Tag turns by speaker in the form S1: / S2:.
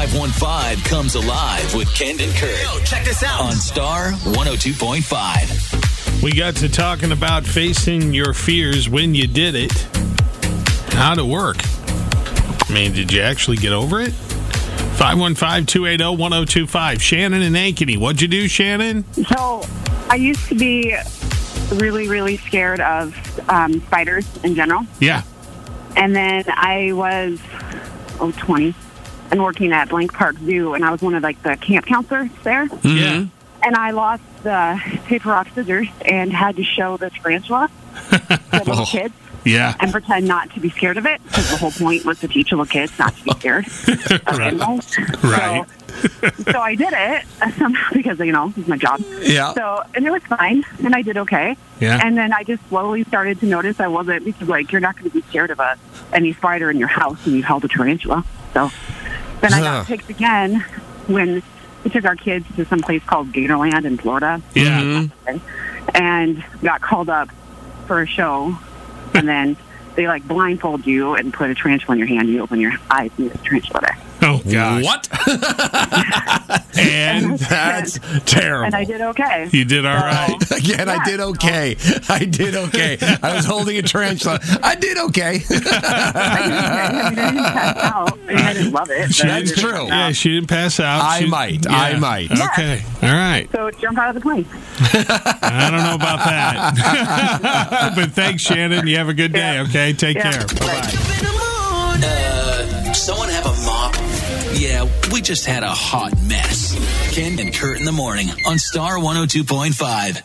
S1: 515 comes alive with Kendon Kurt. Yo, check this out. On Star 102.5.
S2: We got to talking about facing your fears when you did it. How to work. I mean, did you actually get over it? 515 280 1025. Shannon and Ankeny. What'd you do, Shannon?
S3: So I used to be really, really scared of um, spiders in general.
S2: Yeah.
S3: And then I was, oh, 20, and working at Blank Park Zoo, and I was one of, like, the camp counselors there.
S2: Yeah.
S3: And I lost the paper, rock, scissors, and had to show the tarantula to little kids
S2: Yeah.
S3: and pretend not to be scared of it, because the whole point was to teach little kids not to be scared. of
S2: Right.
S3: animals.
S2: Right.
S3: So, so I did it uh, somehow because, you know, it's my job.
S4: Yeah.
S3: So, and it was fine, and I did okay.
S2: Yeah.
S3: And then I just slowly started to notice I wasn't because, like, you're not going to be scared of a any spider in your house, and you held a tarantula. So then I
S4: Huh.
S3: got picked again when we took our kids to some place called Gatorland in Florida,
S2: Yeah.
S3: and got called up for a show, and then. They like blindfold you and put a tarantula in your hand. You open your eyes and there's a tarantula there.
S2: Oh, gosh.
S4: What?
S2: And
S4: That's terrible.
S3: And I did okay.
S2: you did all right.
S4: Again, I did okay. I did okay. I was holding a tarantula. I did okay.
S3: I didn't pass out. I mean, I didn't love it. but I
S4: That's
S3: did-
S4: true.
S2: Yeah, she didn't pass out.
S4: I
S2: She-
S4: might. I
S2: Yeah.
S4: might.
S2: Okay. All right.
S3: So jump out of the plane.
S2: I don't know about that. but thanks, Shannon. You have a good day,
S3: Yeah.
S2: okay? Take
S3: Yeah.
S2: care. Bye bye.
S1: Uh, someone have a mop? Yeah, we oh just had a hot mess. Ken and Kurt in the morning on Star 102.5.